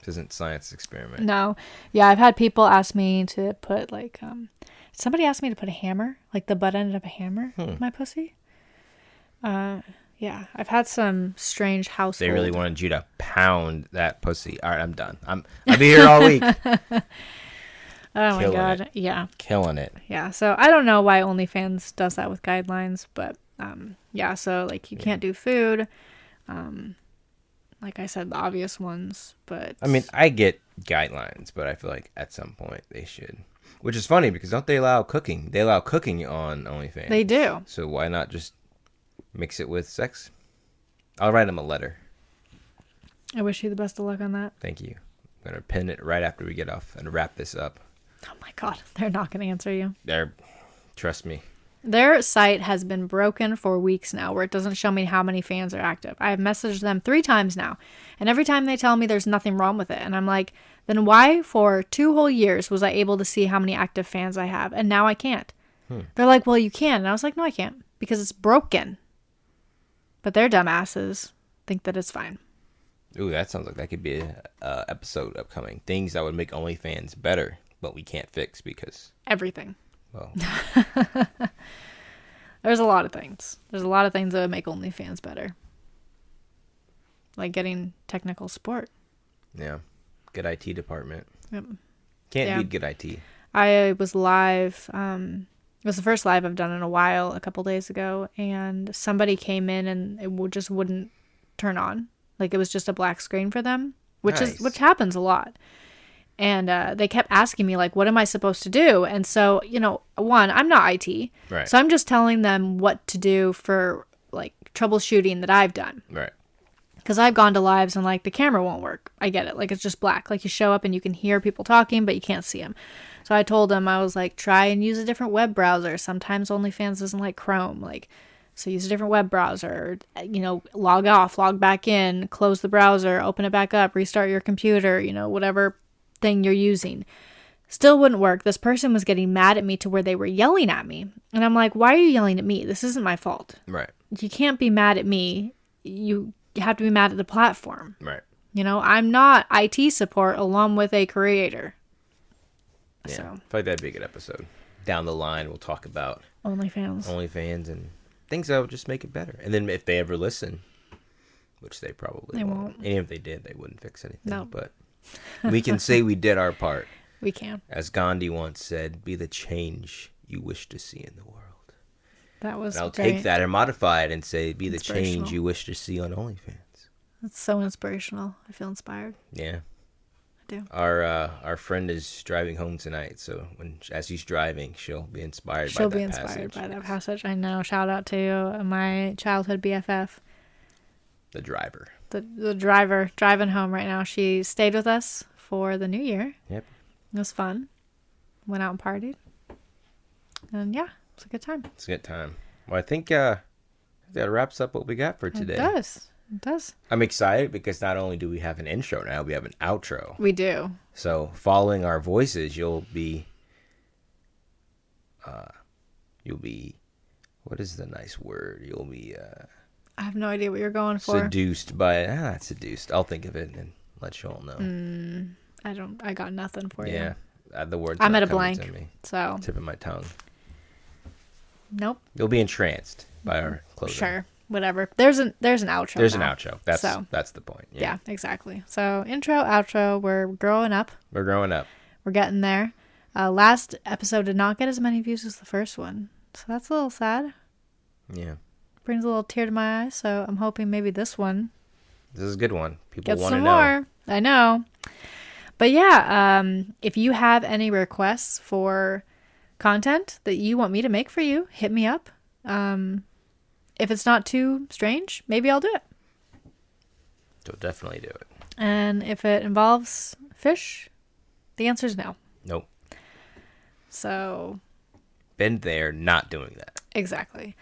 B: This isn't science experiment.
A: No. Yeah, I've had people ask me to put like um somebody asked me to put a hammer, like the butt end of a hammer
B: Hmm.
A: in my pussy. Uh yeah, I've had some strange household.
B: They really wanted you to pound that pussy. All right, I'm done. I'm I'll be here all week,
A: Oh my
B: killing
A: god. Yeah.
B: killing it.
A: Yeah. So I don't know why OnlyFans does that with guidelines, but um yeah, so like you can't do food. Um like I said, the obvious ones, but
B: I mean, I get guidelines, but I feel like at some point they should. Which is funny because don't they allow cooking? They allow cooking on OnlyFans.
A: they do.
B: So why not just mix it with sex? I'll write them a letter.
A: I wish you the best of luck on that.
B: Thank you. I'm gonna pin it right after we get off and wrap this up.
A: Oh my god, they're not going to answer you.
B: There, trust me.
A: Their site has been broken for weeks now, where it doesn't show me how many fans are active. I have messaged them three times now, and every time they tell me there's nothing wrong with it. And I'm like, then why for two whole years was I able to see how many active fans I have? And now I can't. They're like, well, you can. And I was like, no, I can't because it's broken. But their dumbasses think that it's fine.
B: Ooh, that sounds like that could be a uh, episode upcoming. Things that would make OnlyFans better, but we can't fix because
A: Everything.
B: well,
A: There's a lot of things. There's a lot of things that would make OnlyFans better, like getting technical support.
B: yeah. Good IT department.
A: Yep.
B: Can't
A: Yeah.
B: beat good IT.
A: I was live. Um, it was the first live I've done in a while, a couple days ago, and somebody came in and it w- just wouldn't turn on. Like it was just a black screen for them, which
B: Nice.
A: is which happens a lot. And uh, they kept asking me like, "What am I supposed to do?" And so, you know, one, I'm not IT,
B: Right.
A: so I'm just telling them what to do for like troubleshooting that I've done
B: Right.
A: because I've gone to lives and like the camera won't work. I get it. Like it's just black. Like you show up and you can hear people talking, but you can't see them. So I told them I was like, try and use a different web browser. Sometimes OnlyFans doesn't like Chrome. Like, so use a different web browser. Uh, You know, log off, log back in, close the browser, open it back up, restart your computer. You know, whatever thing you're using. Still wouldn't work. This person was getting mad at me to where they were yelling at me. And I'm like, why are you yelling at me? This isn't my fault.
B: Right.
A: You can't be mad at me. You have to be mad at the platform.
B: Right.
A: You know, I'm not IT support along with a creator.
B: Yeah. I
A: So,
B: feel like that'd be a good episode. Down the line, we'll talk about
A: OnlyFans.
B: OnlyFans and things that would just make it better. And then if they ever listen, which they probably
A: They
B: won't, and if they did, they wouldn't fix anything.
A: No.
B: But we can say we did our part.
A: We can.
B: As Gandhi once said, be the change you wish to see in the world.
A: That was
B: And I'll
A: very-
B: take that and modify it and say, be the change
A: Inspirational.
B: you wish to see on OnlyFans.
A: That's so inspirational. I feel inspired.
B: Yeah.
A: I do.
B: Our uh, our friend is driving home tonight, so when as she's driving, she'll be inspired.
A: She'll
B: by that
A: be inspired
B: passage.
A: by that passage. I know. Shout out to my childhood BFF,
B: The driver.
A: the the driver driving home right now. She stayed with us for the new year.
B: Yep.
A: It was fun. Went out and partied. And yeah, it's a good time.
B: It's a good time. Well, I think uh, that wraps up what we got for
A: It
B: today.
A: does. It does.
B: I'm excited because not only do we have an intro now, we have an outro.
A: We do.
B: So following our voices, you'll be, uh, you'll be, what is the nice word? You'll be uh,
A: I have no idea what you're going for.
B: seduced by. Ah, not seduced. I'll think of it and let you all know.
A: Mm. I don't. I got nothing for you.
B: yeah, Uh, the word.
A: I'm at a blank. So
B: Tip of my tongue.
A: Nope.
B: You'll be entranced by our closing.
A: Mm-hmm. Sure. Whatever. There's an there's an outro.
B: There's
A: now.
B: an outro. That's
A: So.
B: that's the point. Yeah.
A: Yeah, exactly. So intro, outro. We're growing up.
B: We're growing up.
A: We're getting there. Uh, last episode did not get as many views as the first one, so that's a little sad.
B: Yeah.
A: Brings a little tear to my eye. So I'm hoping maybe this one
B: This is a good one. People
A: Get
B: want to
A: some
B: know.
A: more. I know. But yeah, um, if you have any requests for content that you want me to make for you, hit me up. Um, if it's not too strange, maybe I'll do it.
B: So definitely do it.
A: And if it involves fish, the answer is no.
B: Nope.
A: So,
B: Been there, not doing that.
A: exactly.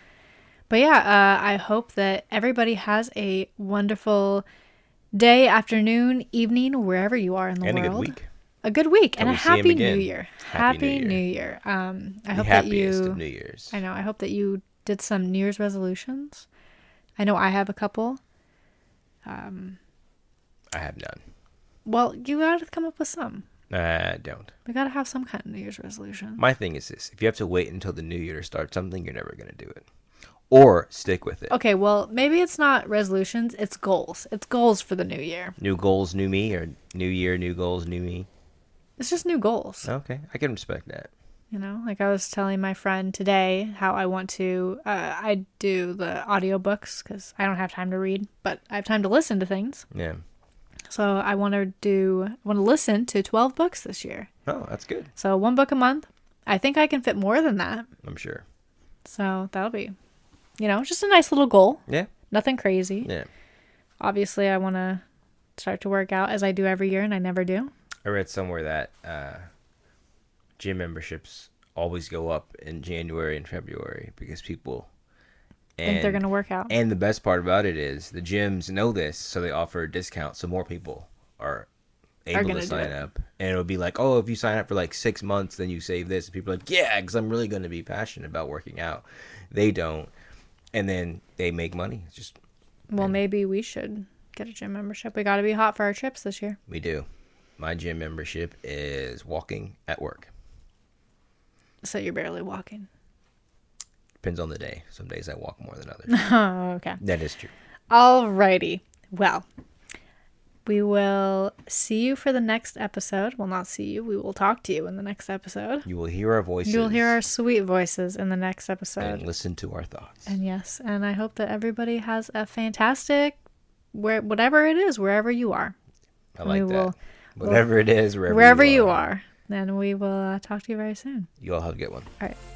A: But yeah, uh, I hope that everybody has a wonderful day, afternoon, evening, wherever you are in the
B: and
A: world.
B: a good week.
A: a good week and,
B: Till
A: a
B: we see 'em
A: happy new
B: again.
A: year.
B: Happy New
A: Happy
B: Year.
A: new year. Um, I
B: the
A: hope that
B: happiest of
A: you.
B: New Year's.
A: I know. I hope that you did some New Year's resolutions. I know I have a couple.
B: I have none.
A: Well, you gotta come up with some.
B: I don't.
A: We gotta have some kind of New Year's resolution.
B: My thing is this: if you have to wait until the new year to start something, you're never going to do it, or stick with it.
A: Okay, well, maybe it's not resolutions. It's goals. It's goals for the new year.
B: New goals, new me, or new year, new goals, new me.
A: It's just new goals.
B: Okay, I can respect that.
A: You know, like I was telling my friend today how I want to. Uh, I do the audiobooks because I don't have time to read, but I have time to listen to things.
B: Yeah.
A: So I want to do, I want to listen to 12 books this year.
B: Oh, that's good.
A: So one book a month. I think I can fit more than that.
B: I'm sure.
A: So that'll be, you know, just a nice little goal.
B: Yeah.
A: Nothing crazy.
B: Yeah.
A: Obviously, I want to start to work out as I do every year and I never do.
B: I read somewhere that uh, gym memberships always go up in January and February because people and,
A: think they're going to work out.
B: And the best part about it is the gyms know this, so they offer a discount, so more people are able
A: gonna
B: to
A: do
B: sign
A: it.
B: up. And it'll be like, oh, if you sign up for like six months, then you save this. And people are like, yeah, because I'm really going to be passionate about working out. They don't, and then they make money. It's just
A: well, maybe we should get a gym membership. We got to be hot for our trips this year.
B: we do. My gym membership is walking at work.
A: So you're barely walking.
B: Depends on the day. Some days I walk more than others.
A: Oh, okay.
B: that is true.
A: Alrighty. Well, we will see you for the next episode. Well, not see you. We will talk to you in the next episode.
B: You will hear our voices.
A: You'll hear our sweet voices in the next
B: and
A: episode.
B: listen to our thoughts.
A: And yes, and I hope that everybody has a fantastic where whatever it is, wherever you are.
B: I like that.
A: will-
B: Whatever it is, wherever,
A: Wherever
B: you
A: you are. Then we will uh, talk to you very soon.
B: you all have a good one.
A: All right.